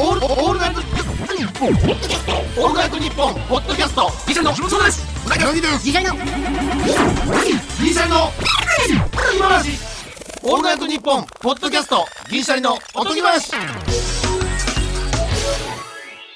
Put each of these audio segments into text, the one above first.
オールオールナイトニッポンオールナイトニッポンポッドキャストギシャリの木本そうですうなぎの次回のギシャリの今話オールナイトニッポンポッドキャストギシャリのおとぎ話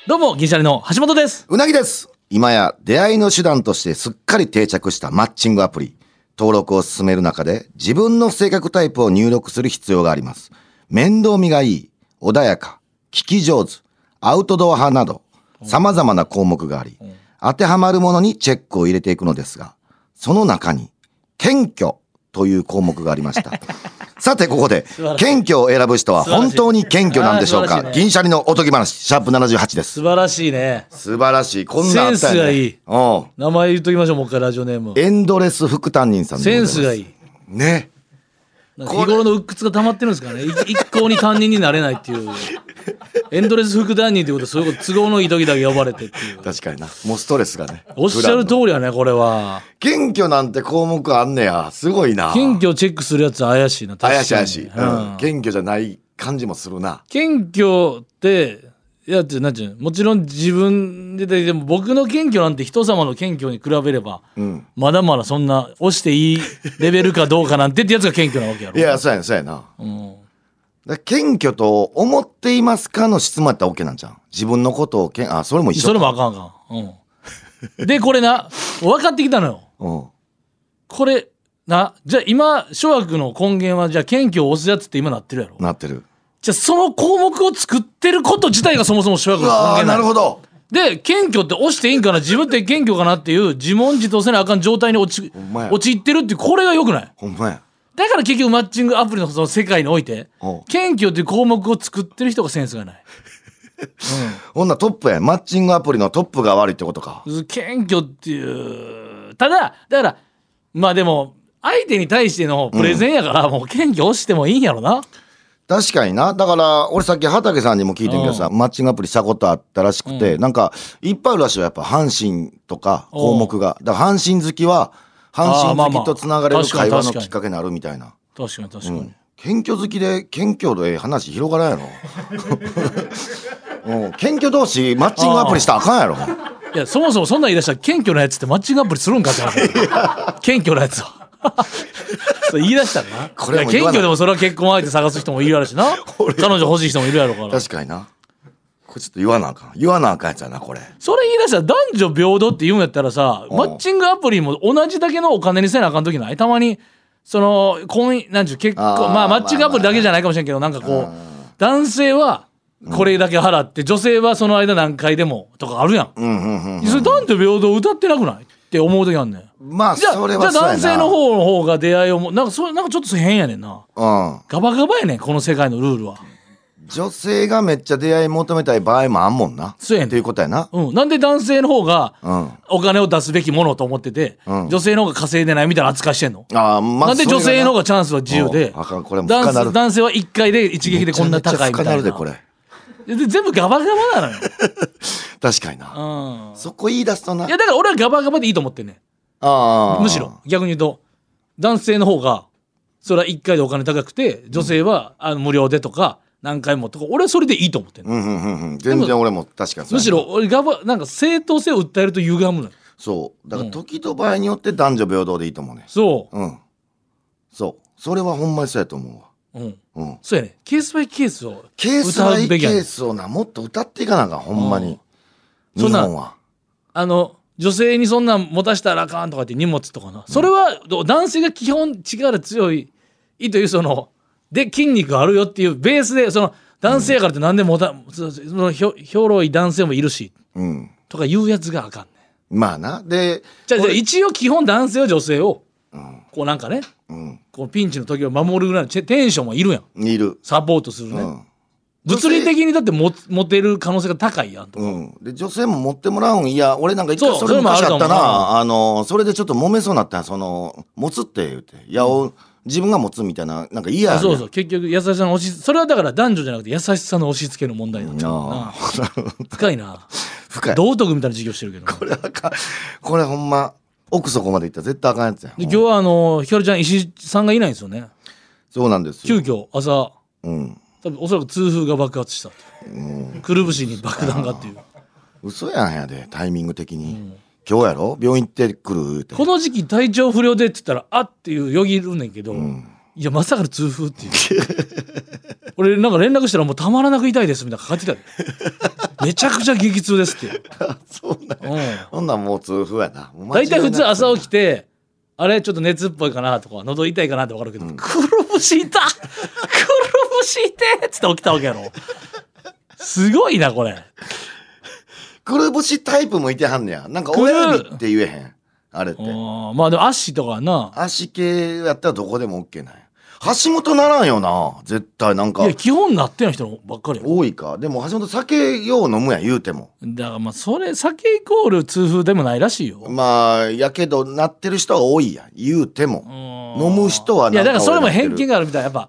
どうも、銀シャリの橋本です。うなぎです。今や出会いの手段としてすっかり定着したマッチングアプリ。登録を進める中で自分の性格タイプを入力する必要があります。面倒見がいい、穏やか、聞き上手、アウトドア派など、様々な項目があり、当てはまるものにチェックを入れていくのですが、その中に、謙虚という項目がありま した。さて、ここで晴ら、しい謙虚を選ぶ人は本当に謙虚なんでしょうあー素晴からしいね銀シャリのおとぎ話、シャープ78です。素晴らしいね。素晴らしい。こんなんあったセンスよ、がね。いいうん。名前言っときましょう、もう一回ラジオネーム。エンドレス副担任さんでござセいまンすスがいい。。ね。なんか日頃の鬱屈が溜まってるんですからね。い一向に担任になれないっていう。エンドレス副担任ってことはそういうこと都合のいい時だけ呼ばれてっていう。確かにな。もうストレスがね。おっしゃる通りやね、これは。謙虚なんて項目あんねや。すごいな。謙。虚チェックするやつは怪しいな。確か怪にしい怪しい。うんうん。謙虚じゃない感じもするな。謙虚っていやってなんていうのもちろん自分でででも僕の謙虚なんて人様の謙虚に比べれば、んまだまだそんな押していいレベルかどうかなんてってやつが謙虚なわけやろいや、そうやな、そうやな。だかうん、ら謙虚と思っていますかの質問やったら OK なんじゃん。自分のことをけん、あ、それも一緒。それもあかんあかん、 うん、でこれな分かってきたのようん。これなじゃあ今諸悪の根源はじゃあ謙虚を押すやつって今なってるやろなってる。じゃあその項目を作ってること自体がそもそも諸悪うの根わ源ーななのるほど。で謙虚って押していいんかな自分って謙虚かなっていう自問自答せなあかん状態に陥んまや陥ってるっていうこれがよくないほんまや。だから結局マッチングアプリのその世界においておう謙虚っていう項目を作ってる人がセンスがない、ほんならトップやん。マッチングアプリのトップが悪いってことか。うん、謙虚っていうただだからまあでも相手に対してのプレゼンやから、もう謙虚押してもいいんやろな確かにな。だから、俺さっき畑さんにも聞いてんけどさ、マッチングアプリしたことあったらしくて、なんか、いっぱいあるらしいよ。やっぱ、阪神とか項目が。だから、阪神好きは、あ阪ーまあ神ま好あきとつながれる確かに会話の確かにきっかけになるみたいな。確かに確かうに、ん。謙虚好きで、謙虚で話広がらんやろ。 うん。謙虚同士、マッチングアプリしたらあかんやろ。いやそもそもそんなん言い出したら謙虚なやつってマッチングアプリするんかっ て話謙虚なやつは そう言い出したらなこれはもういや言わない謙虚でもそれは結婚相手探す人もいるやろ しな彼女欲しい人もいるやろから確かにな。これちょっと言わなあかん。言わなあかんやつやな、これ。それ言い出したら男女平等って言うんやったらさうんマッチングアプリも同じだけのお金にせなあかん時ないたまにその婚姻なんちゅう結婚あーまあマッチングアプリだけじゃないかもしれんけどなんかこう男性はこれだけ払って女性はその間何回でもとかあるやん、うんうんうん。それ男女平等歌ってなくないって思う時あんねんまあ、じゃあそれはじそゃうあやな。男性の方の方が出会いをもなんかそうなんかちょっと変やねんなうん。ガバガバやねんこの世界のルールは女性がめっちゃ出会い求めたい場合もあんもんな。そうやねんっていうことやな。うんなんで男性の方がうん。あお金を出すべきものと思ってて、うん女性の方が稼いでないみたいな扱いしてんの、あ、まなんで女性の方ががチャンスは自由でうんあかんこれも深な男る男性は1回で一撃でこんな高いみためちゃめちゃ深なるいなで、これ。で全部ガバガバ なのよ、確かにな。うんそこ言い出すとな。いやだから俺はガバガバでいいと思ってんねんあーむしろ。逆に言うと男性の方がそれは1回でお金高くて女性は、あの無料でとか何回もとか俺はそれでいいと思ってんの、うんうんうんうん。全然俺も確かにそうやなむしろ。俺ガバなんか正当性を訴えると歪むのよそう。だから時と場合によって男女平等でいいと思うね。そうん。そう。それはほんまにそうやと思うわ。う、うん、うん。そうやねケースバイケースをケース歌バうイべケきやねんースをな、もっと歌っていかなあかん、ほんまに。うんそ日んな本は。あの女性にそんなん持たしたらあかんとかって荷物とかな、それはど男性が基本力強いというそので筋肉あるよっていうベースでその男性やからって何でも持た、そそのひょひょろい男性もいるしうん。とかいうやつがあかんねんまあな。で、じゃあじゃあ一応基本男性は女性をうん。こうなんかねうん。こうピンチの時を守るぐらいのチェテンションもいるやんいる。サポートするね、うん。物理的にだってもモテる可能性が高いやんと、うん、で女性も持ってもらうんいや俺なんか一回そうそれそれもあ昔るあかもったななあのそれでちょっと揉めそうになったんやその持つって言うていや、お自分が持つみたいななんか嫌やそうそう結局優しさの押しそれはだから男女じゃなくて優しさの押し付けの問題なんだなあ深いな深い道徳みたいな授業してるけどなこれあかんこれほんま奥底までいったら絶対あかんやつやんで今日はあのひかるちゃん石井さんがいないんですよねそうなんです急よ、遽朝うん、多分おそらく痛風が爆発したとくるぶしに爆弾がっていう嘘やんやでタイミング的に、今日やろ病院行ってくるってこの時期体調不良でって言ったらあっていうよぎるねんけど、いやまさかの痛風っていう俺なんか連絡したらもうたまらなく痛いですみたいなのか かってきたでめちゃくちゃ激痛ですって、そうなんうん、そんなんもう痛風やなもう間違大いな体く普通朝起きてあれちょっと熱っぽいかなとか喉痛いかなって分かるけど、くるぶし痛っくるぶし痛っつって起きたわけやろすご いなこれくるぶしタイプもいてはんねやなんか親指って言えへんあれってうんまあでも足とかはな足系やったらどこでも OK なんや橋本ならんよな絶対なんいかや基本なってない人ばっかりよ多いかでも橋本酒よう飲むやん言うてもだからまあそれ酒イコール痛風でもないらしいよ、まあやけどなってる人は多いやん言うてうもん飲む人はいやだからそれもなんか俺偏なって見るがあるみたいやっぱ、うん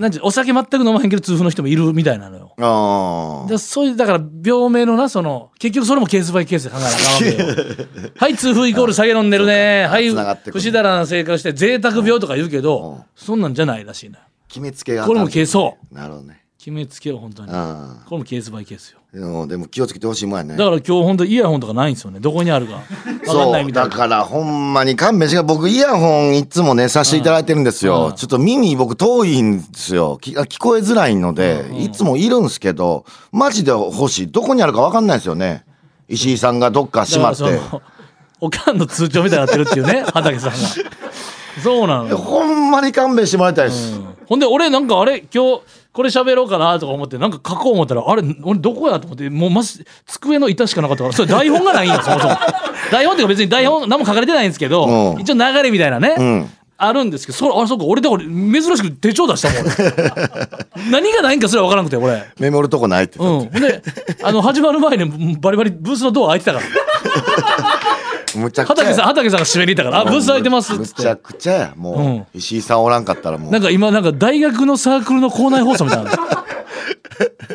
なんていうお酒全く飲まへんけど痛風の人もいるみたいなのよあだからそういうだから病名のなその結局それもケースバイケースで考えなあかんわけよ はい痛風イコール酒飲んでるねはい繋がってくる節だらな生活して贅沢病とか言うけうんうどんそんなんじゃないらしいなあ決めつけがあこかんれもケースをなるほどね決めつけよ本当にこあれもケースバイケースよあでもでも気をつけてほしいもんやねだから今日本当イヤホンとかないんですよねどこにあるか分かんないそうみたいだなからほんまに勘弁して僕イヤホンいつもねさせていただいてるんですよ、うんちょっと耳僕遠いんですよき聞こえづらいので、いつもいるんですけどマジで欲しいどこにあるか分かんないですよね石井さんがどっか閉まってだからそのおかんの通帳みたいになってるっていうね 畑さんがそうなのよほんまに勘弁してもらいたいです、ほんで俺なんかあれ今日これ喋ろうかなとか思ってなんか書こう思ったらあれ俺どこやと思ってもうまず机の板しかなかったからそれ台本 がないんやそもそも台本っていうか別に台本何も書かれてないんですけど、うん一応流れみたいなね、んあるんですけどそれあれそうか俺だから珍しく手帳出したも ん俺何がないんかすら分からなくて俺。メモるとこないって、うん、ほんであの始まる前にバリバリブースのドア開いてたからむちゃくちゃ畑さんや畑さんが閉めに行ったから「あブース開いてます」っむつってちゃくちゃやもう、石井さんおらんかったらもうなんか今なんか大学のサークルの校内放送みたいな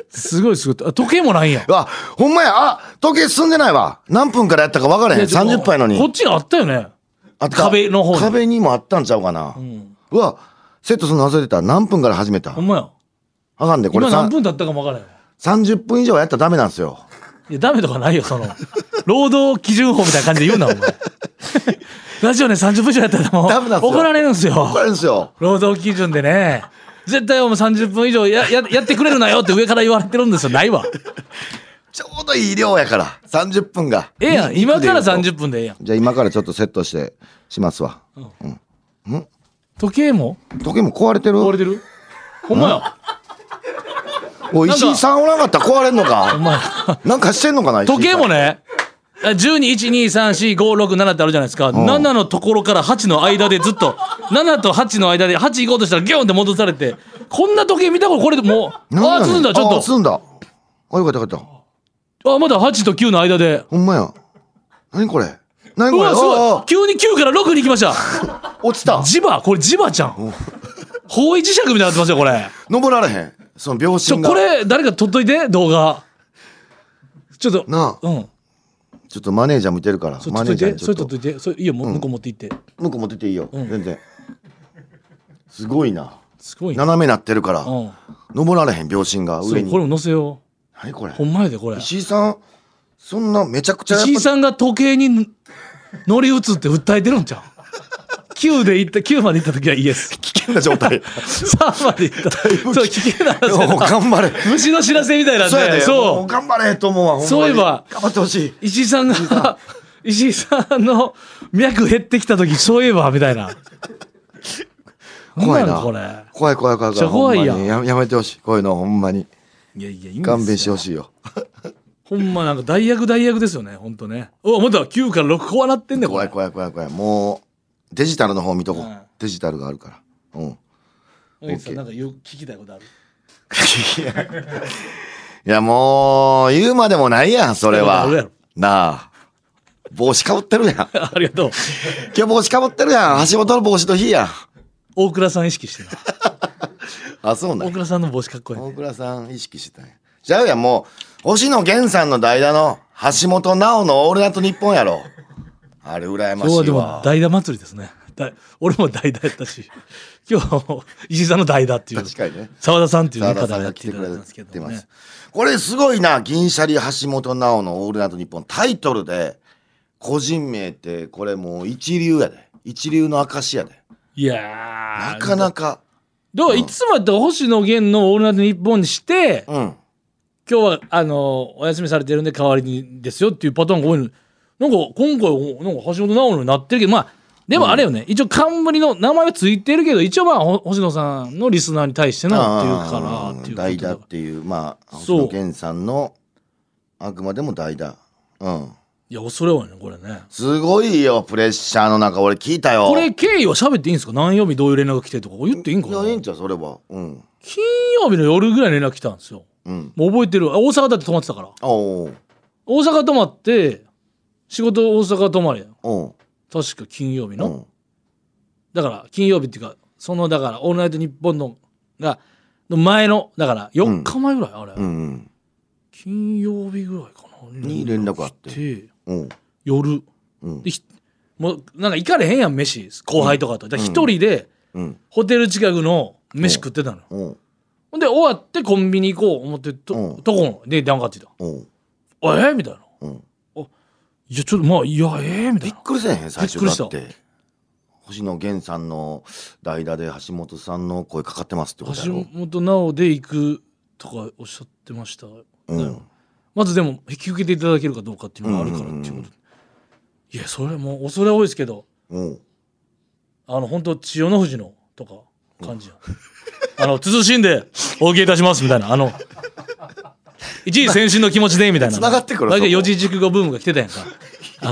すごいすごいあ時計もないんやあほんまやあ時計進んでないわ何分からやったか分からへんで30分やのにこっちにあったよねあった壁の方に壁にもあったんちゃうかな、うわセットするの忘れてた何分から始めたほんまやあかんでこれ今さ何ん分経ったかもわからんよ30分以上はやったらダメなんですよいやダメとかないよその労働基準法みたいな感じで言うなお前ラジオね30分以上やったらもダメなんすうよ怒られるんです怒らよれるんですよ労働基準でね絶対お前30分以上やややってくれるなよって上から言われてるんですよないわちょうどいい量やから30分がええやん肉今で言かうとら30分でええやんじゃあ今からちょっとセットしてしますわ時計も時計も壊れてる壊れてるほんまやおいなんか石井さんおらんかったら壊れんのかほんまやなんかしてんのかな時計もねね12123456ってあるじゃないですか、7のところから8の間でずっと7と8の間で8行こうとしたらギュンって戻されてこんな時計見たことこれでもうああーつんだちょあっー積んだあよかったよかったとあまだ8と9の間でほんまや何これ何うこれわあすごいー急に9から6に行きましたあー落ちた磁場これ磁場ちゃん方位磁石みたいになってますよこれ登られへんその秒ちょ針がこれ誰か撮っといて動画ちょっとなあうんちょっとマネージャー見てるからそれ撮マっネーといジャーにてちそょっれ撮っとといてそれいいよもう向こう持って行って向こう持ってっていいよ、全然すごいなすごいな斜めなってるから、うん登られへん秒針がそ上うにこれも載せよう何これほんまやでこれ石井さんそんなめちゃくちゃやっぱ石井さんが時計に乗り移って訴えてるんちゃ う9で行った9まで行った時はイエス危険な状態3まで行ったそう危険な話おうだな頑 張れ虫の知らせみたいなんそうやででそもうう頑張れと思うわほんまにそういえば頑張ってほしい石井さん が石井さんの脈減ってきた時そういえばみたいな怖いんなんこれい怖い怖い怖いめっちゃ怖怖いいほんまやんにややめてほしいこういうのほんまにやいやいいんですよ勘弁してほしいよほんまなんか大役大役ですよねほんとねおまた9から6こうなってんねこ怖れい怖い怖い怖いもうデジタルの方見とこう、うんデジタルがあるからうんお兄さんなんか言う聞きたいことある いやもう言うまでもないやんそれは そうやろなあ帽子かぶってるやんありがとう今日帽子かぶってるやん橋本の帽子と火やん大倉さん意識 してなあそうなん大や倉さんの帽子かっこいいね大倉さん意識してたんやちゃうやんもう星野源さんの代打の橋本直の「オールナイトニッポン」やろあれ羨ま今日はしいでもわ代打祭りですねだ俺も代打やった し今日はもう石井さんの代打っていう確かにね澤田さんっていう、ね、澤田方さんをやっがて来いてたくだいれたんですけてど、ますね、。これすごいな、銀シャリ橋本直のオールナイトニッポンタイトルで個人名ってこれもう一流やで。一流の証やで。いやなーかなか。だからいつもやったら星野源の「オールナイトニッポン」にして、うん。今日はあのお休みされてるんで代わりにですよっていうパターンが多いのになんか今回おなんか橋本直になってるけどまあでもあれよね、一応冠の名前はついてるけど一応まあほ星野さんのリスナーに対してのっていうからっていう代こと打だっていう、まあ、そう星野源さんのあくまでも代打。うん。いや恐れ多いねこれねすごいよ、プレッシャーの中、俺聞いたよ。これ経緯は喋っていいんですか何曜日どういう連絡が来てとかこれ言っていいんかいなや、いいんちゃう、それは。うん。金曜日の夜ぐらいに連絡来たんですようん。もう覚えてるあ大阪だって泊まってたからおう大阪泊まって仕事大阪泊まりだよおう確か金曜日おの、うだから金曜日っていうかそのだから「オールナイトニッポンの」がの前のだから4日前ぐらい、あれ、うん。うん。金曜日ぐらいかなに連絡あって来うん。夜うんで。ひもうなんか行かれへんやん飯後輩とかとだから一人でうん。ホテル近くの飯食ってたのよ、おうほんで終わってコンビニ行こう思ってと,、うんとこので電話かかってきたおう「あえみたいな「うん。いやちょっとまあいやえみたびいっなくりせえへん最初びっくりしだたって星野源さんの代打で橋本さんの声かかってますってことや橋ろ、本直で行くとかおっしゃってましたうん、まずでも引き受けていただけるかどうかっていうのがあるからっていうこと、うんうんうんいやそれもう恐れ多いですけどうんあの本当千代の富士のとか感じやん、あの慎んでお受けいたしますみたいなあの一時先進の気持ちでみたいな繋がってくる大体そこ四字熟語ブームが来てたやんか あ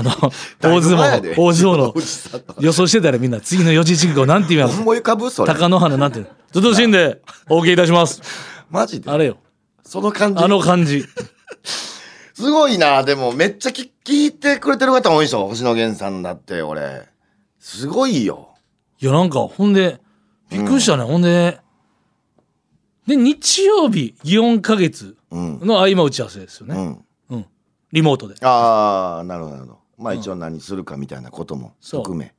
のだい大ぶ相前やで撲大相撲のおじさんとか予想してたらみんな次の四字熟語なんて言う の思い浮かぶそれ貴乃花なんていうの慎んでお受けいたしますマジであれよその感じあの感じすごいなでもめっちゃ聞聞いてくれてる方多いでしょ星野源さんだって俺すごいよいやなんかほんでびっくりしたね、ほんでで日曜日4か月うんの合間打ち合わせですようね、んうんリモートでああなるほどなるほどまあ一応何するかみたいなこともそう含め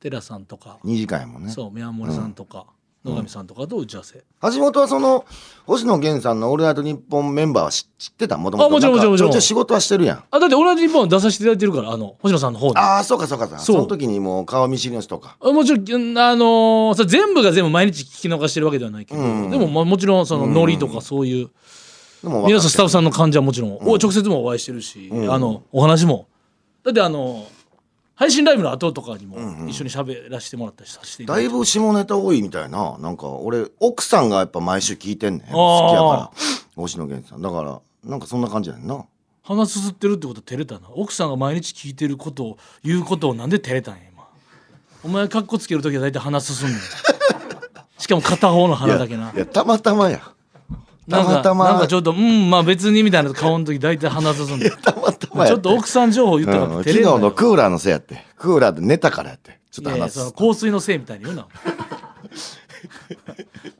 寺さんとか、 2時間やもんねそう宮森さんとか、野上さんとかと打ち合わせ、橋本はその星野源さんの「オールナイトニッポン」メンバーは知知ってたもともとあもちろんもちろんもちろん仕事はしてるやんあだって同じ日本出させていただいてるからあの星野さんの方にあああそうかそうかそうかそそうの時にもう顔見知りの人かもちろんうんあのーそれ全部が全部毎日聞き逃してるわけではないけど、うんでも、まあ、もちろんそのノリとかそういう、でも分かって皆さんスタッフさんの患者はもちろん、お直接もお会いしてるし、うんあのお話もだってあの配信ライブの後とかにもんうん一緒に喋らせてもらったりさせていただだいいて、ぶ下ネタ多いみたいななんか俺奥さんがやっぱ毎週聞いてんねんー好きやから星野源さんだからなんかそんな感じやねんな鼻すすってるってこと照れたな奥さんが毎日聞いてることを言うことをなんで照れたんや今お前カッコつける時は大体鼻すすん ねんしかも片方の鼻だけないやたまたまや なんかたまたまなんかちょっとうんまあ別にみたいな顔の時大体鼻すすんねんたまたまちやょっと奥さん情報言ったからうん照昨れ日んなよのクーラーのせいやってクーラーで寝たからやってちょっといやいや話そのす香水のせいみたいに言うな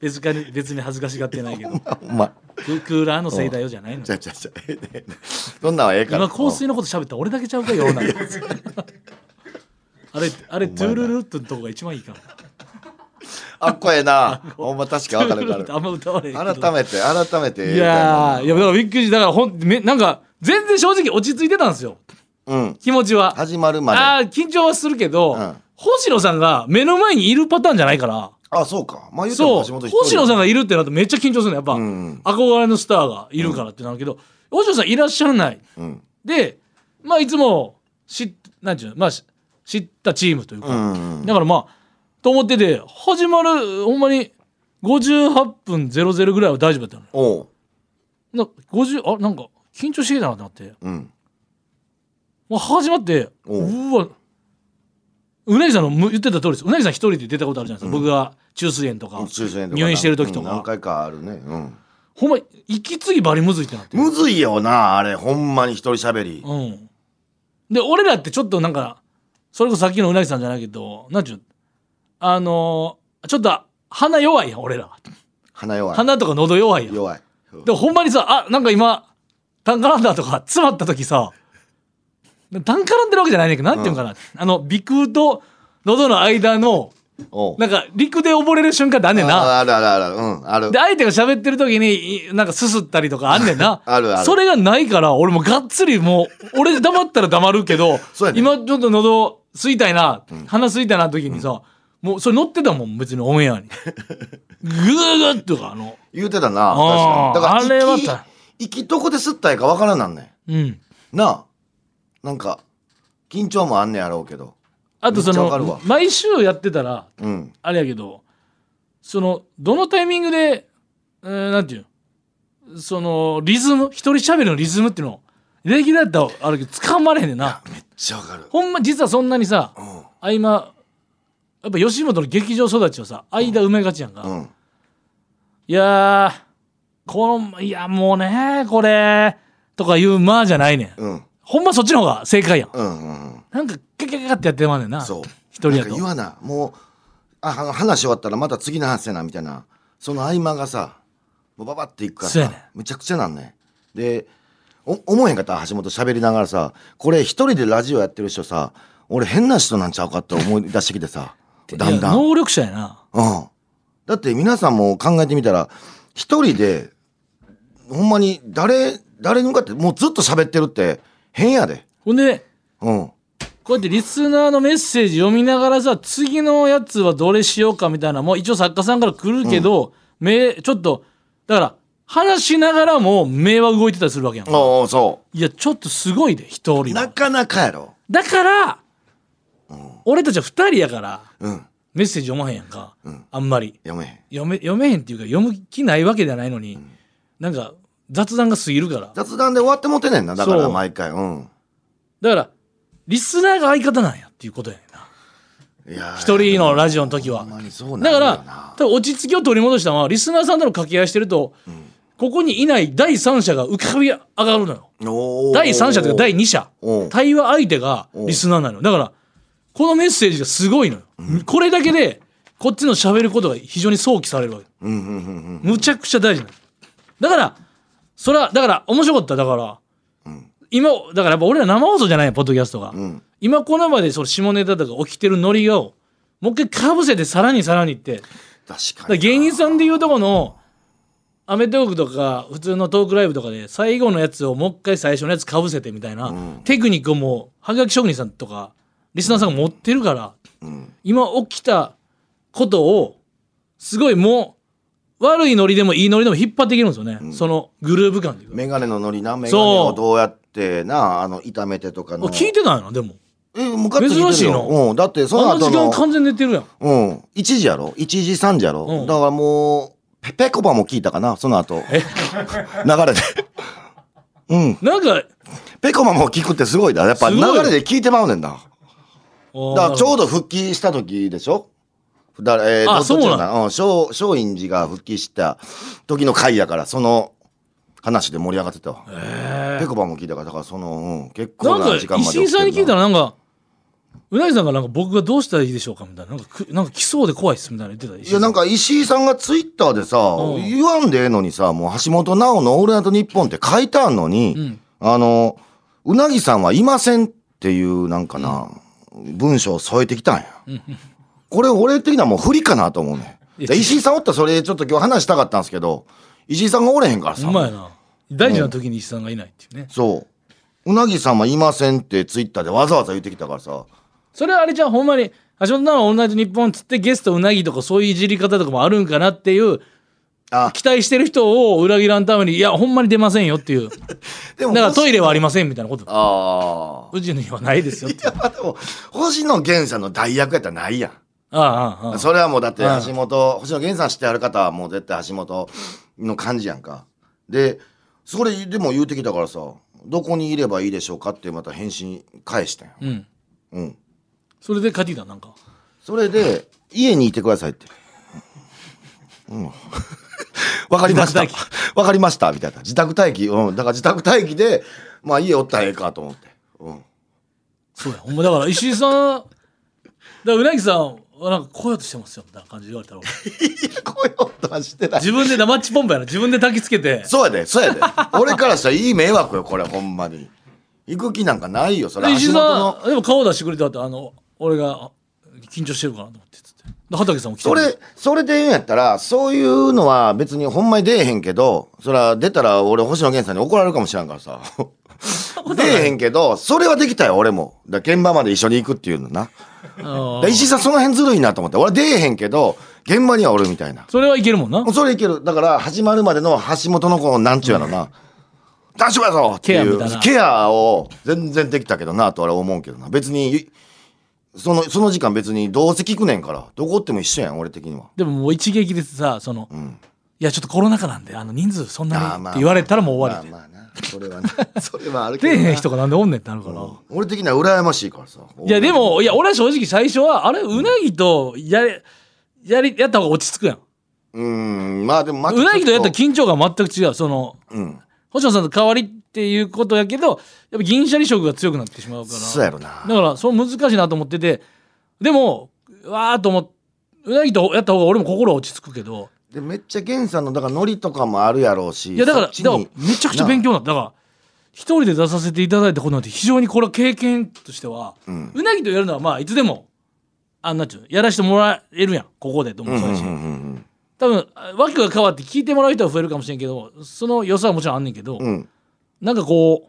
別かに別に恥ずかしがってないけどクお前クーラーのせいだよじゃないのちゃうちゃうちゃうええねえねえそんなんはええから今香水のこと喋ったら俺だけちゃうか世の中 あれあれトゥールルットのとこが一番いいからあっこええな。ほんま確かトゥ分かるールル分ットかあんま歌われへんけどる。改めて、改めて。いやーいやだからびっくりしただからほんめなんか全然正直落ち着いてたんですようん。気持ちは始まるまで。あああー緊張はするけど、うん星野さんが目の前にいるパターンじゃないからそうか。まあ言うてそもう橋本一人星野さんがいるってなるとめっちゃ緊張するのやっぱ、うん憧れのスターがいるからってなるけど、星野さんいらっしゃらないうん。でまあいつも知っなんていうの、まあ、し知ったチームといううか、ん。だからまあと思ってて始まるほんまに58分00ぐらいは大丈夫だったのよおう。な50あなんか緊張してきたなってなって、うん。まあ、始まっておううわうなぎさんのむ言ってた通りですうなぎさん一人で出たことあるじゃないですか、僕が中水炎とか抽選とかな入院してる時とうんか、何回かあるね。うん。ほんま息継ぎバリむずいってなってむずいよな、あれ。ほんまに一人喋り。うん、で俺らってちょっとなんかそれこそさっきのうなぎさんじゃないけどなんちゅうあのーちょっと鼻弱いやん俺ら鼻弱い。鼻とか喉弱いやん弱い。でほんまにさあなんか今タンカランダーとか詰まった時さタンカランでるわけじゃないねんけどなんていうんかな、あの鼻腔と喉の間のおうなんか陸で溺れる瞬間だねんなああるあるあるある。うん、あるで。相手が喋ってる時にいなんかすすったりとかあんねんな あるあるそれがないから俺もがっつりもう俺黙ったら黙るけどそうやね今ちょっと喉すいたいな、鼻すいたいな時にさ、もうそれ乗ってたもん別にオンエア にぐーぐーっとかあの言うてたな。あ確かに。ーだから、あ息れはた息どこで吸ったらいいかわからんなんねうんん。なあ。なんか、緊張もあんねやろうけど。あとそめっちゃわかるわの毎週やってたらうん。あれやけどそのどのタイミングで、えーなんていうのそのリズム一人喋りのリズムっていうのレギュラーだったらあるけど掴まれへんねんなめっちゃわかる。ほんま実はそんなにさ合間やっぱ吉本の劇場育ちはさ間埋めがちやんか、ういん。うん。やーこのいやもうねこれとかいうまあじゃないねん、うん。ほんまそっちの方が正解やん、うん。うん。うんなんかキャキャキャキャってやってまうねんなそう。一人なんやかと言わな。もう、ああの話終わったらまた次の話せな、みたいな。その合間がさ、もうババっていくからそうやねんさ、むちゃくちゃなんねん。で、お思えへんかった橋本喋りながらさ、これ一人でラジオやってる人さ、俺変な人なんちゃうかって思い出してきてさ、だんだいやん。うん。能力者やなだって皆さんも考えてみたら、一人で、ほんまに誰、誰に向かってもうずっと喋ってるって変やで。ほんでうん。こうやってリスナーのメッセージ読みながらさ次のやつはどれしようかみたいなのも一応作家さんから来るけど、目ちょっとだから話しながらも目は動いてたりするわけやんおうおうそいやちょっとすごいで一う。人なはかなかやろ。だから、俺たちは二人やからうん。メッセージ読まへんやんか、んあんまりやめへん。読め読めへんっていうか読む気ないわけじゃないのに、なんか雑談が過ぎるから雑談で終わってもてねんなだかそらう毎回うんだからリスナーが相方なんやっていうことやねんないやー一人のラジオの時はほんまにそうなんだだから多分落ち着きを取り戻したのはリスナーさんとの掛け合いしてると、ここにいない第三者が浮かび上がるのよ第三者というか第2二者うん対話相手がリスナーなのよだからこのメッセージがすごいのよ、これだけでこっちの喋ることが非常に想起されるわけうんうんうんうんむちゃくちゃ大事なのだからそれはだから面白かっただから、今だからやっぱ俺ら生放送じゃないよポッドキャストが、うん今この場でその下ネタとか起きてるノリをもう一回かぶせてさらにさらにって確だかからに芸人さんでいうとこの『アメトーーク』とか普通のトークライブとかで最後のやつをもう一回最初のやつかぶせてみたいな、テクニックをもうはがき職人さんとかリスナーさんが持ってるから、ん今起きたことをすごいもう悪いノリでもいいノリでも引っ張っていけるんですよね、そのグルーヴ感っていうかメガネのノリなメガネそをうどうやってなあの炒めてとかのあ聞いてないのでもえムカッと聞いてるよ珍しいのうんだってそのあの後時間の完全に寝てるやんうん1時やろ1時3時やろうんだからもうペペコバも聞いたかなその後流えれでうんなんかペコバも聞くってすごいだやっぱす流ごいれで聞いてまうねんなだからちょうどど復帰した時でしょだからえー、あどそうなんどっちだうん、松松陰寺が復帰した時の回やからその話で盛り上がってたわ、ペコバも聞いたからだからその、うん、結構ななん時か間まで石井さんに聞いたららなんかうなぎさんがなんか僕がどうしたらいいでしょうかみたいななんかくなんか来そうで怖いっすみたいなの言ってたいやなんか石井さんがツイッターでさ、うん言わんでええのにさもう橋本直の「オールナイトニッポン」って書いてあんのに、うんあのうなぎさんはいませんっていうなんかな、文章を添えてきたんや、これ俺的にはもう不利かなと思うねんいやで石井さんおったらそれちょっと今日話したかったんですけど石井さんがおれへんからさうまいな大事な時に石井さんがいないっていうね、そううなぎさんはいませんってツイッターでわざわざ言ってきたからさそれはあれじゃんほんまに橋本奈緒オンライト日本」っつってゲストうなぎとかそういういじり方とかもあるんかなっていうあ期待してる人を裏切らんためにいやほんまに出ませんよっていうだでもからトイレはありませんみたいなことあうちの日はないですよ っていうあでも星野源さんの代役やったらないやんああああああそれはもうだってうん橋本、星野源さん知ってある方はもう絶対橋本の感じやんか。で、それでも言うてきたからさ、どこにいればいいでしょうかってまた返信返したよ。うんうん。それでカティだなんかそれで、家にいてくださいって。うん。わかりました自宅。わかりました。みたいな。自宅待機。うん。だから自宅待機で、まあ家おったらええかと思って。うん。そうやほんまだから石井さんだからうなぎさんはなんかこうやってしてますよみたいな感じで言われたら俺 声をとはしてない。自分で生チポンパやな自分で焚きつけ てそうやで、そうやで。俺からしたらいい迷惑よ、これ、ほんまに。行く気なんかないよ、それ。で石井足元のさんでも顔出してくれたってあの俺が緊張してるかなと思ってつってで畑さんも来てそれ、それで言うんやったら、そういうのは別にほんまに出えへんけど、そら出たら俺星野源さんに怒られるかもしれんから さ。出えへんけど、それはできたよ、俺も。だから現場まで一緒に行くっていうのな。だから石井さんその辺ずるいなと思って。俺は出えへんけど、現場にはおるみたいな。それはいけるもんなそれいける。だから始まるまでの橋本のこのなんちゅうやろな。大丈夫やぞっていケアうみたいなケアを全然できたけどなと俺は思うけどな。別に、その、その時間別にどうせ聞くねんから、どこおっても一緒やん、俺的には。でももう一撃でさその、んいやちょっとコロナ禍なんであの人数そんあなーにまっあて言われたらもう終わりでまあまあなそれはね それはある出けどえへなん人がなんでおんねんってなるから、俺的には羨ましいからさいやでもいや俺は正直最初はあれうなぎとやれやりやった方が落ち着くやんうーんまあでもまたうなぎとやったらちょ緊張感全く違うそのとうん星野さんと代わりっていうことやけどやっぱ銀シャリ色が強くなってしまうからそうやろなだからそう難しいなと思っててでもうわーっと思ってうなぎとやった方が俺も心落ち着くけどでめっちゃ源さんのだからノリとかもあるやろうしいやだからそっちだからにめちゃくちゃ勉強になっただから一人で出させていただいたことなんて非常にこれは経験としては、ううんなぎとやるのはまあいつでもあんなんちゅうのやらしてもらえるやんここでと思うううんそううんやし、ん多分訳が変わって聞いてもらう人は増えるかもしれんけどその良さはもちろんあんねんけど、うんうんなんかこう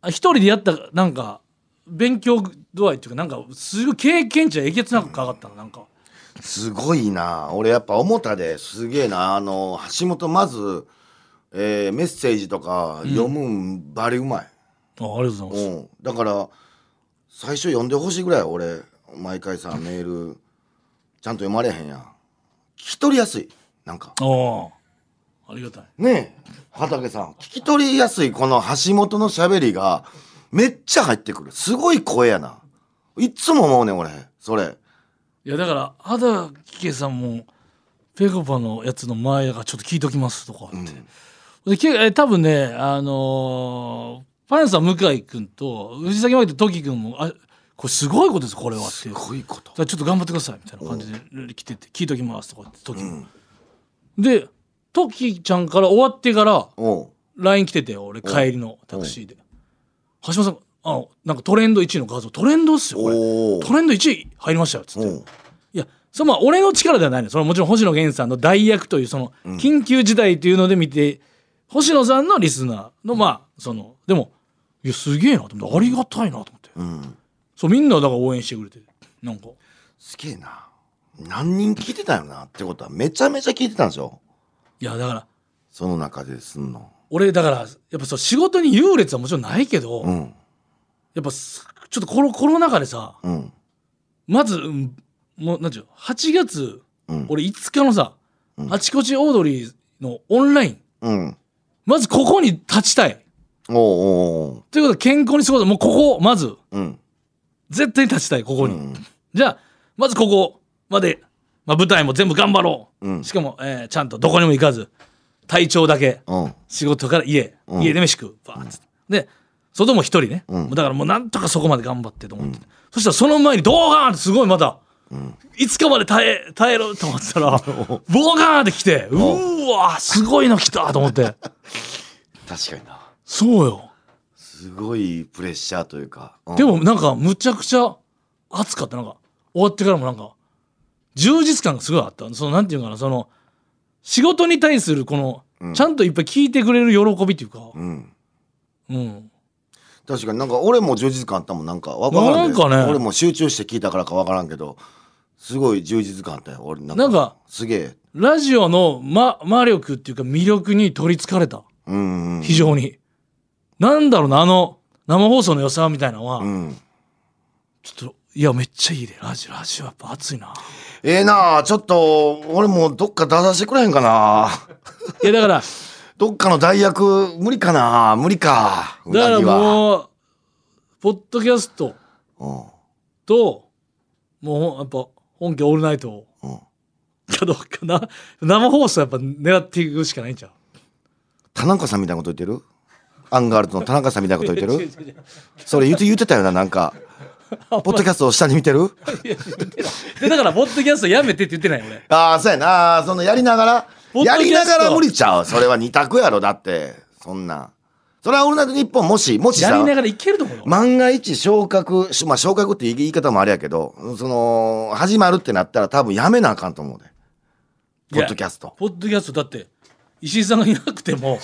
あ一人でやったなんか勉強度合いっていうかなんかすごい経験値はえげつなくかかったのなんかすごいな俺やっぱ思ったですげえなあの橋本まずえーメッセージとか読むんバリうまいあありがとうございます、うん、だから最初読んでほしいぐらい俺毎回さメールちゃんと読まれへんやん聞き取りやすいなんかああありがたいねえ畑さん聞き取りやすいこの橋本のしゃべりがめっちゃ入ってくるすごい声やないっつも思うねん俺それいやだから畑圭さんもペコパのやつの前がちょっと聞いときますとかって、でけえ多分ねあのーパンさん向井君と藤崎マイクと時君もあこれすごいことですこれはってすだかごいことらちょっと頑張ってくださいみたいな感じで来てて聞いときますとかって時君、で時ちゃんから終わってからおう LINE 来てて俺帰りのタクシーで橋本さんあなんかトレンド1位の画像トレンドっすよこれおートレンド1位入りましたよっつってお。ういやそのまあ俺の力ではないのそれはもちろん星野源さんの代役というその緊急事態というので見て、星野さんのリスナーのまあそのでもいやすげえなと思ってありがたいなと思って、うんそうみんなだから応援してくれてなんかすげえな何人聞いてたよなってことはめちゃめちゃ聞いてたんですよいやだからその中ですんの俺だからやっぱそう仕事に優劣はもちろんないけど、うやんっぱすちょっとこのコロナ禍でさうんまず、うんもうなんていうの8月、うん俺5日のさ、あちこちオードリーのオンラインうんまずここに立ちたいおうおうおうということで健康に過ごすもうここまずうん。絶対立ちたいここに、うんじゃあまずここまで、まあ、舞台も全部頑張ろう、うんしかも、えーちゃんとどこにも行かず体調だけうん。仕事から家、うん家で飯食うバーッつって、で外も一人ね、うんだからもうなんとかそこまで頑張ってと思って、そしたらその前にドーガーンってすごいまた、5日まで耐え耐えろと思ってたらボーガーンって来てうーわーすごいの来たと思って確かにな。そうよすごいプレッシャーというか。うんでもなんかむちゃくちゃ熱かったなんか終わってからもなんか充実感がすごいあったそのなんていうかなその仕事に対するこの、うんちゃんといっぱい聞いてくれる喜びっていうか、うん。うん、確かになんか俺も充実感あったもん。なんかわからんでなんかね俺も集中して聞いたからかわからんけど、すごい充実感あったよ。俺なんか。なんかすげえ。ラジオの魔魔力っていうか魅力に取りつかれたうん、うん。非常に、なんだろうなあの生放送の良さみたいなのは、うん。ちょっといやめっちゃいいでラジオラジオやっぱ熱いなええなあちょっと、俺もどっか出させてくれへんかないやだ からどっかの代役、無理かな無理か。うだかならぎは。もうポッドキャストともうやっぱ本家オールナイトうん。うん。かどうかな生放送やっぱ狙っていくしかないんちゃう田中さんみたいなこと言ってるアンガールズの田中さんみたいなこと言 ってるそれ言って言ってたよななんかポッドキャストを下に見てるでだからポッドキャストやめてって言ってない俺ああそうやなあーそのやりながらポッドキャやストりながら無理ちゃうそれは二択やろだってそんなそれはオールナイトニッポンもし、もしやさり、ながらいけるところ、万が一昇格、しまあ昇格って言い方もあれやけど、その、始まるってなったら多分やめなあかんと思うで。いやポッドキャスト。ポッドキャストだって石井さんがいなくても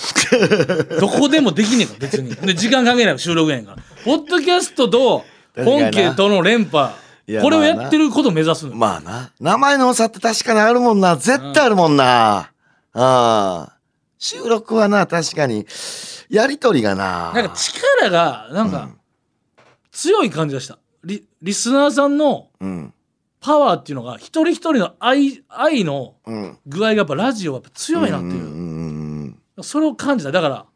どこでもできねえから別にで時間関係ないから収録やんからポッドキャストと本家との連覇いやこれをやってることを目指すのよまあな。名前の多さって確かにあるもんな。絶対あるもんな。ああ。収録はな、確かに。やりとりがな。なんか力がなんか強い感じがしたリリスナーさんのうん。パワーっていうのが一人一人の愛愛のうん。具合がやっぱラジオはやっぱ強いなっていうう、んうんそれを感じただから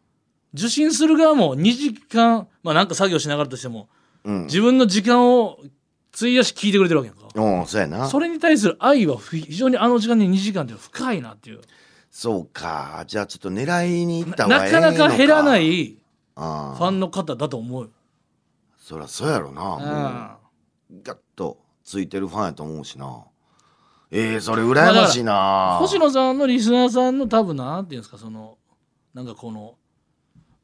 受信する側も2時間まあなんか作業しながらとしてもうんうん。自分の時間を費やし聞いてくれてるわけやんかうん。うん、そうやな。それに対する愛はふ非常にあの時間に2時間っていうのは深いなっていうそうか。じゃあちょっと狙いに行ったな方がええかのかなか減らないあフあァンの方だと思うよ、そりゃそうやろな。もううんガッとついてるファンやと思うしな。ええそれ羨ましいな。星野さんのリスナーさんの多分なんていうんですかそのなんかこの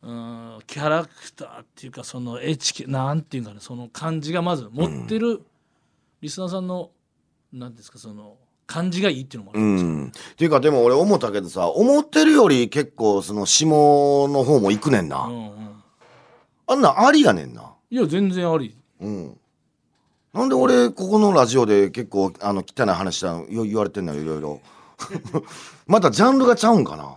うんキャラクターっていうかその HK なんていうんかねその感じがまず持ってるリスナーさんの、なんていうんですかその感じがいいっていうのもある、うん。っていうかでも俺思ったけどさ、思ってるより結構その下の方も行くねんな。うんうんあんなんありやねんな。いや全然ありうん。なんで俺ここのラジオで結構あの汚い話したのよ言われてんのよいろいろ。 またジャンルがちゃうんかな。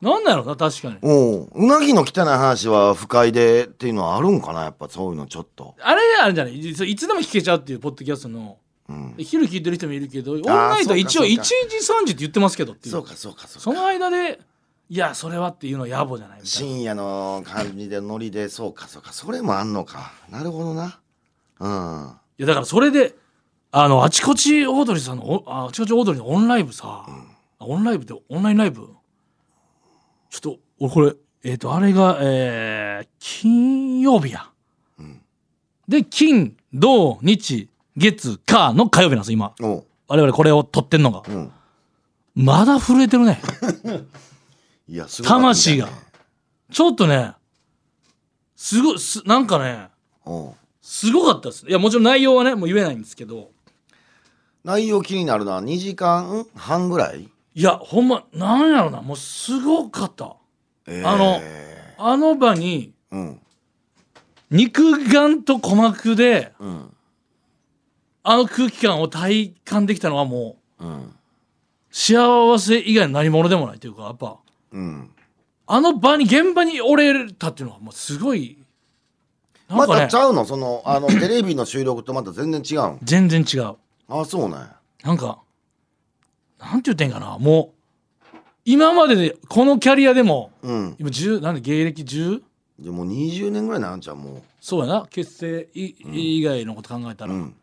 なんだろうな確かにうん。うなぎの汚い話は不快でっていうのはあるんかなやっぱそういうのちょっと。あれあるんじゃないいついつでも聞けちゃうっていうポッドキャストのうん。昼聞いてる人もいるけどオンライトは一応そう1か時3時って言ってますけどっていうそうそかそうかそうか。の間でいやそれはっていうのは野暮じゃないみたいな深夜の感じでノリでそうかそうかそれもあんのか。なるほどな。うん。いやだからそれであのあちこちオードリーさんのおああちこちオードリーのオンライブさ、オンライブでオンラインライブちょっと俺これえっ、とあれがえー金曜日や、んで金土日月火の火曜日なんです今おう。我々これを撮ってんのがうん。まだ震えてるねいや、すごかったみたい魂ねが。。ちょっとね、すごい、すなんかね、おうすごかったです。いや、もちろん内容はね、もう言えないんですけど、内容気になるな。2時間半ぐらいいや、ほんま、なんやろな、もうすごかった。あのあの場に、の、うん。肉眼と鼓膜で、うん。あの空気感を体感できたのはもう、うん。幸せ以外の何者でもないというか、やっぱ、うん。あの場に、現場におれたっていうのは、もうすごい、なまんかたねち、ゃうのその、あの、 テレビの収録とまた全然違うん。全然違う。あ、そうね。なんか、なんて言ってんかな、もう、今までで、このキャリアでも、うん。今10、なんで芸歴 10? じゃあもう20年ぐらいなんちゃうもそうやな、結成い以外のこと考えたう。うら、ん。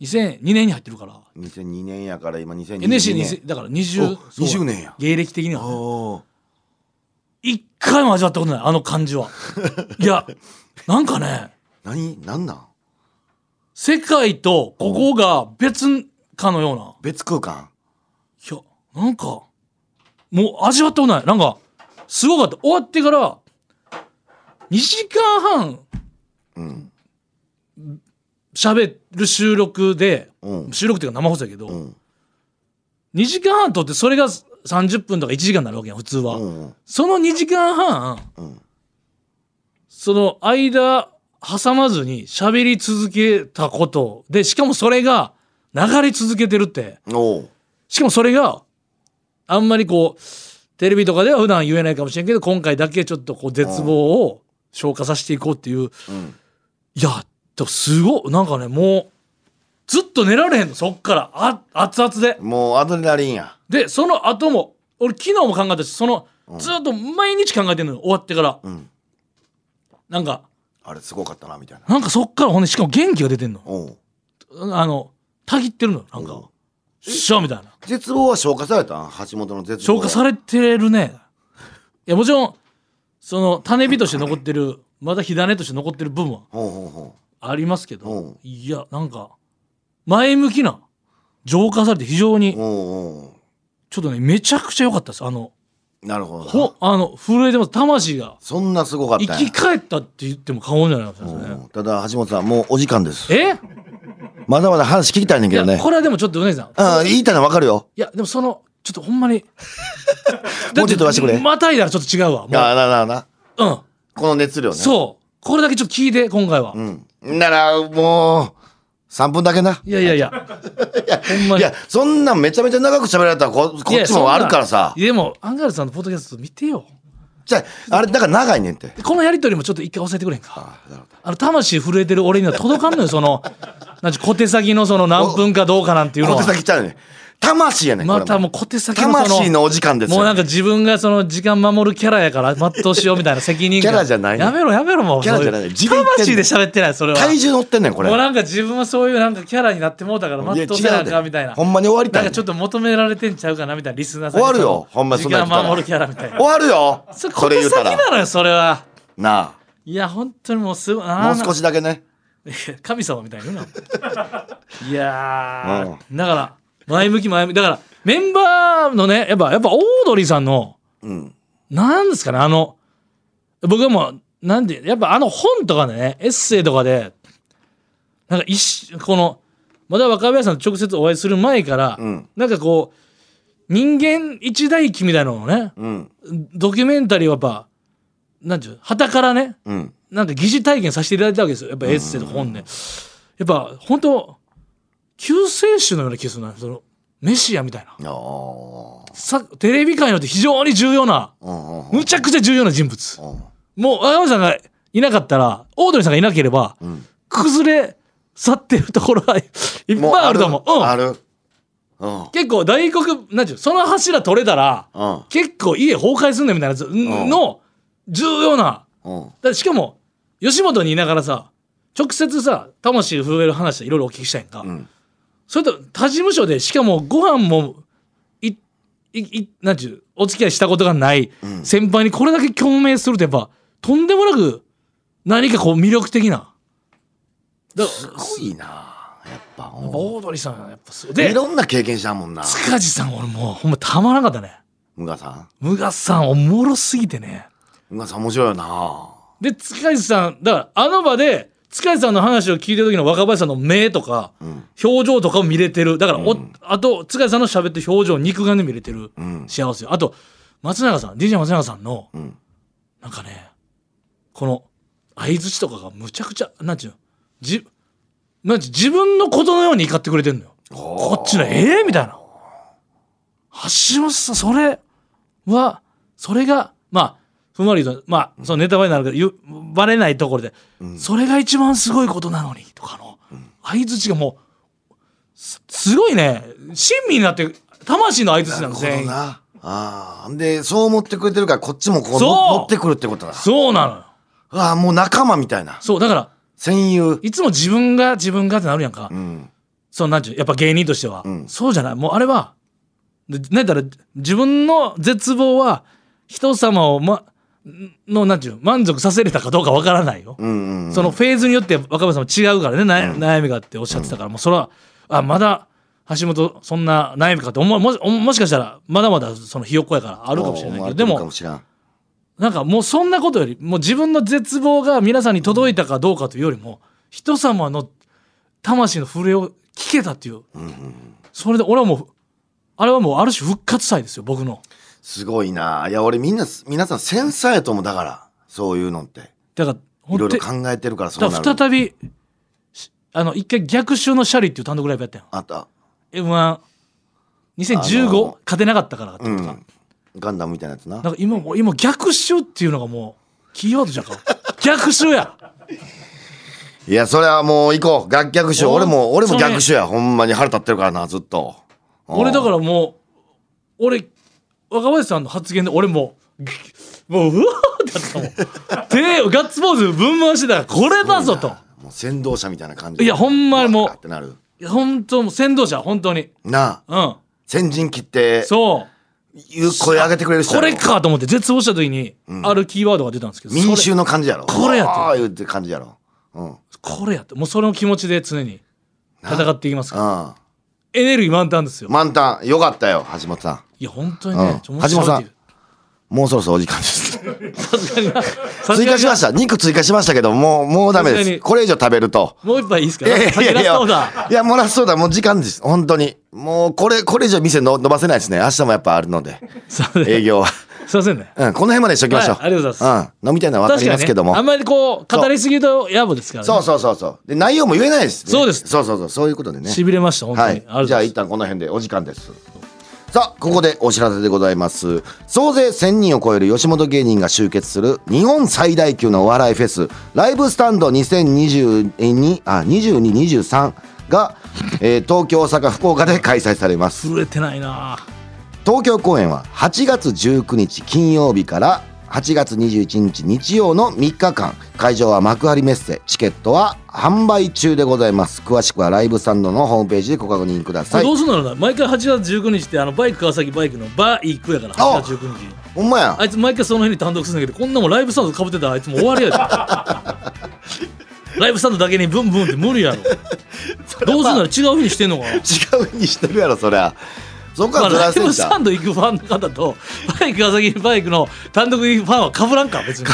2002年に入ってるから、 2002年やから今2002 NSC に年。だからお20、 20年や。芸歴的にはね、おー一回も味わったことない、あの感じは。いや、なんかね、何何なん世界とここが別かのような、別空間いや、なんか、もう味わったことない。なんか、すごかった。終わってから、2時間半うん。喋る収録で、うん。収録っていうか生放送やけど、うん。 2時間半撮ってそれが30分とか1時間になるわけやん、普通は。うん。その2時間半、うん。その間挟まずに喋り続けたことで、しかもそれが流れ続けてるって、おう。しかもそれがあんまりこうテレビとかでは普段言えないかもしれんけど今回だけちょっとこう絶望を消化させていこうっていううん。いやでもすごいなんかねもうずっと寝られへんのそっからあ熱々でもうアドレナリンや。でその後も俺昨日も考えたしそのうんずっと毎日考えてんのよ終わってからうん。なんかあれすごかったな、みたいな。なんかそっからほんでしかも元気が出てんのおう。あのたぎってるのよなんかうんよっしゃみたいな絶望は消化されたん橋本の絶望消化されれてるねいやもちろんその種火として残ってるまだ火種として残ってる部分はほうほうほありますけど、うんいやなんか前向きな浄化されて非常うにほうほちょっとねめちゃくちゃ良かったですあのなるほどなほあの震えてます魂がそんなすごかっ生たんやき返ったって言っても過言じゃないですうねんただ橋本さんもうお時間ですえまだまだ話聞きたいねんいけどやねこれはでもちょっとうねぎさんうん言いたいの分かるよいやでもそのちょっとほんまに もうちょっとわしてくれまたいだらちょっと違うわあもあなななううんこの熱量ねそうこれだけちょっと聞いて今回は、うんならもう3分だけないやいやいやほんまいにやそんなんめちゃめちゃ長く喋られたらここっちもあるからさいやそんなでもアンガールズさんのポッドキャスト見てよじゃああれだから長いねんってでこのやり取りもちょっと一回押さえてくれんかあなるほどあの魂震えてる俺には届かんのよそ のなんちゅう小手先のその何分かどうかなんていうの小は手先ちゃうねん魂やねんこれまたもう小手先のその魂のお時間ですよもうなんか自分がその時間守るキャラやから全うしようみたいな責任キ感ャラじゃないねやめろやめろもうキャラじゃないそうう自分言ってん魂ねでん喋ってないそれは体重乗ってんねんこれもうなんか自分はそういうなんかキャラになってもうたからいや全うせなあかんみたい違うなでほんまに終わりたないねんかんちょっと求められてんちゃうかなみたいなリスナーさん終わるよほんまに時そんなん言った間ら守るキャラみたいな終わるよそれ それ言うた小手ら先なのよそれはないや本当にもうすごいあもう少ししだけね 神様みたいに 言うないやー、うだから前向き前向きだからメンバーのねやっぱやっぱオードリーさんのうんなんですかねあの僕はもうなんでやっぱあの本とかでねエッセイとかでなんか一このまだ若林さんと直接お会いする前から、うんなんかこう人間一代記みたいなのをねうんドキュメンタリーはやっぱなんていうはたからねうんなんか疑似体験させていただいたわけですよやっぱエッセイとか本ね、やっぱ本当救世主のような気がするなそのメシアみたいなあーさテレビ界によって非常に重要なうんうんうんむちゃくちゃ重要な人物うんもう赤松さんがいなかったらオードリーさんがいなければ、ん崩れ去ってるところは いっぱいあると思ううんある。うん。うん。結構大黒なんていうその柱取れたら、うん結構家崩壊すんねんみたいなやつんの重要なうん。だってしかも吉本にいながらさ直接さ魂震える話いろいろお聞きしたいんか、んそれと他事務所でしかもご飯もいいいなんていうお付き合いしたことがない先輩にこれだけ共鳴するとやっぱとんでもなく何かこう魅力的なだからすごいな。やっぱ。うんオードリーさんやっぱすごいいでろんな経験したもんな。塚地さん俺もうほんまたまらなかったねムガさ無我さんおもろすぎてねん。ムガさん面白いよな。で塚地さんだからあの場で塚地さんの話を聞いてる時の若林さんの目とか、ん表情とかを見れてるだからお、あと塚地さんの喋ってる表情肉眼で見れてる、ん幸せあと松永さん DJ 松永さんの、んなんかねこの相づちとかがむちゃくちゃなんちゅうのじなんちゅう自分のことのように怒ってくれてんのよこっちのええみたいな橋本さんそれはそれがまあふんわり言うとまあそのネタバレになるけどゆバレないところで、それが一番すごいことなのにとかの相づちがもうすすごいね親身になって魂の相づちなのこの全員な。ああ。で、そう思ってくれてるから、こっちもこうそうの乗ってくるってことだ。そうなのよああ、もう仲間みたいな。そうだから戦友。いつも自分が自分がってなるやんか、うん。そのなんちゅうやっぱ芸人としては、んそうじゃないもうあれはでなんだら自分の絶望は人様を、ま、のなんちゅう満足させれたかどうかわからないよ、うんうんうん。そのフェーズによって若林さんも違うからね、な悩みがあっておっしゃってたから、もうそれはあまだ橋本そんな悩みかって思うもしもしかしたらまだまだそのひよっこやからあるかもしれないけどで思われてるかももしれん。なんかもうそんなことよりもう自分の絶望が皆さんに届いたかどうかというよりも人様の魂の震えを聞けたっていう、それで俺はもうあれはもうある種復活祭ですよ僕のすごいな。いや、俺みんな、皆さん繊細やと思う。だから、そういうのって。だからいろいにろ考えてるから、そうだなかる。ら再びしあの一回逆襲のシャリっていう単独ライブやったよあった。 m 1 2 0 1 5あの勝てなかったからってういうか、ん。ガンダムみたいなやつな。なんか今もう今逆襲っていうのがもうキーワードじゃんか逆襲やいや、それはもう行こう。逆逆襲。お俺も、俺もそれ逆襲や。ほんまに腹立ってるからな、ずっと。。俺だかららもう俺若林さんの発言で俺もうぐもううわーってなっ たもん手をガッツポーズぶん回してたからこれだぞともう先導者みたいな感じ。いやほんまにもううわーってなる。いや本当もう先導者本当になあ、うん先陣切って、そういう声上げてくれる人こやろれ。かと思って絶望した時にあるキーワードが出たんですけど、民それ衆の感じやろ。これやってああいうって感じやろ。うん。これやってもうその気持ちで常に戦っていきますからあエネルギー満タンですよ、満タン、よかったよ、橋本さん。いや本当うにん。ね、ちょ橋本さん、もうそろそろお時間 です。さすがになさす追加がにしなました。肉追加しましたけど、もう、もうダメさすがでにす。これ以上食べる と。もう一杯いいですかいやいや先いやラいストオーダや、いやもうラストオーダーもう時間です。本当に。もうこれ、これ以上店の伸ばせないですね。明日もやっぱあるの で、ー営業は。すいませんねうん、この辺までしときましょう。はいありがとうございます。うん、飲みたいのは分かりますけども。ね、あんまりこう語りすぎると野暮ですから、ね、そうそうそうそう。で、内容も言えないです、そうですそうそうそう、そういうことでね。しびれました本当に、はいありがとうご。じゃざあいま一す旦この辺でお時間です。さあ、ここでお知らせでございます。総勢1000人を超える吉本芸人が集結する日本最大級のお笑いフェス、ライブスタンド2022、あ、22、23が、えー東京、大阪、福岡で開催されます。震えてないなあ東京公演は8月19日金曜日から8月21日日曜の3日間会場は幕張メッセチケットは販売中でございます詳しくはライブサンドのホームページでご確認くだこされいどうすんのかな毎回8月19日ってあのバイク川崎バイクのバイクやからあ8月19日ほんまやあいつ毎回その日に単独するんだけどこんなもんライブスタンドかぶってたらあいつもう終わりやでライブスタンドだけにブンブンって無理 やろどうすんなら違う日にしてんのかな違うふうにしてるやろそりゃそこまはあ、ずラらイせブんスじタゃんンド行くファンの方とバイク川崎バイクの単独行くファンはかぶらんか別に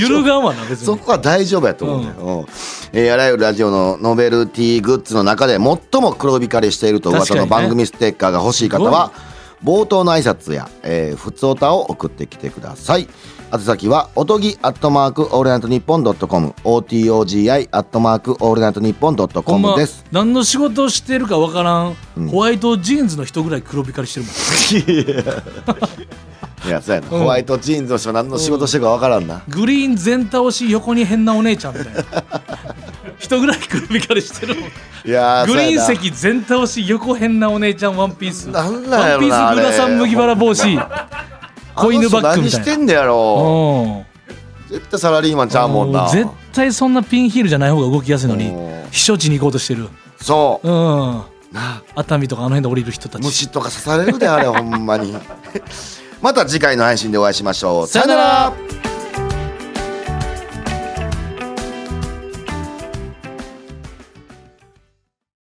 揺るがんわな別にそこは大丈夫やと思うね、うんえーあらゆるラジオのノベルティグッズの中で最も黒光りしていると噂の確かにね番組ステッカーが欲しい方は、冒頭の挨拶や、えー、ふつおたを送ってきてください宛先はおとぎアットマークオールナイトニッポンドットコム OTOGI アットマークオールナイトニッポンドットほコんまムです 何の仕事をしてるかわからん、ホワイトジーンズの人ぐらい黒光りしてるもんいやそうやな、うんホワイトジーンズの人何の仕事してるかわからんな、グリーン全倒し横に変なお姉ちゃんみた いな人ぐらい黒光りしてるもんいやーグリーンそうやな席全倒し横変なお姉ちゃんワンピースなワンんピなんやースろグなラサン麦わら帽子子犬バッグみたあの人何していなんだやろうん絶対サラリーマンちゃうもんな絶対そんなピンヒールじゃない方が動きやすいのにうん避暑地に行こうとしてるそううんな熱海とかあの辺で降りる人たち虫と か刺されるであれほんまにまた次回の配信でお会いしましょうさよなら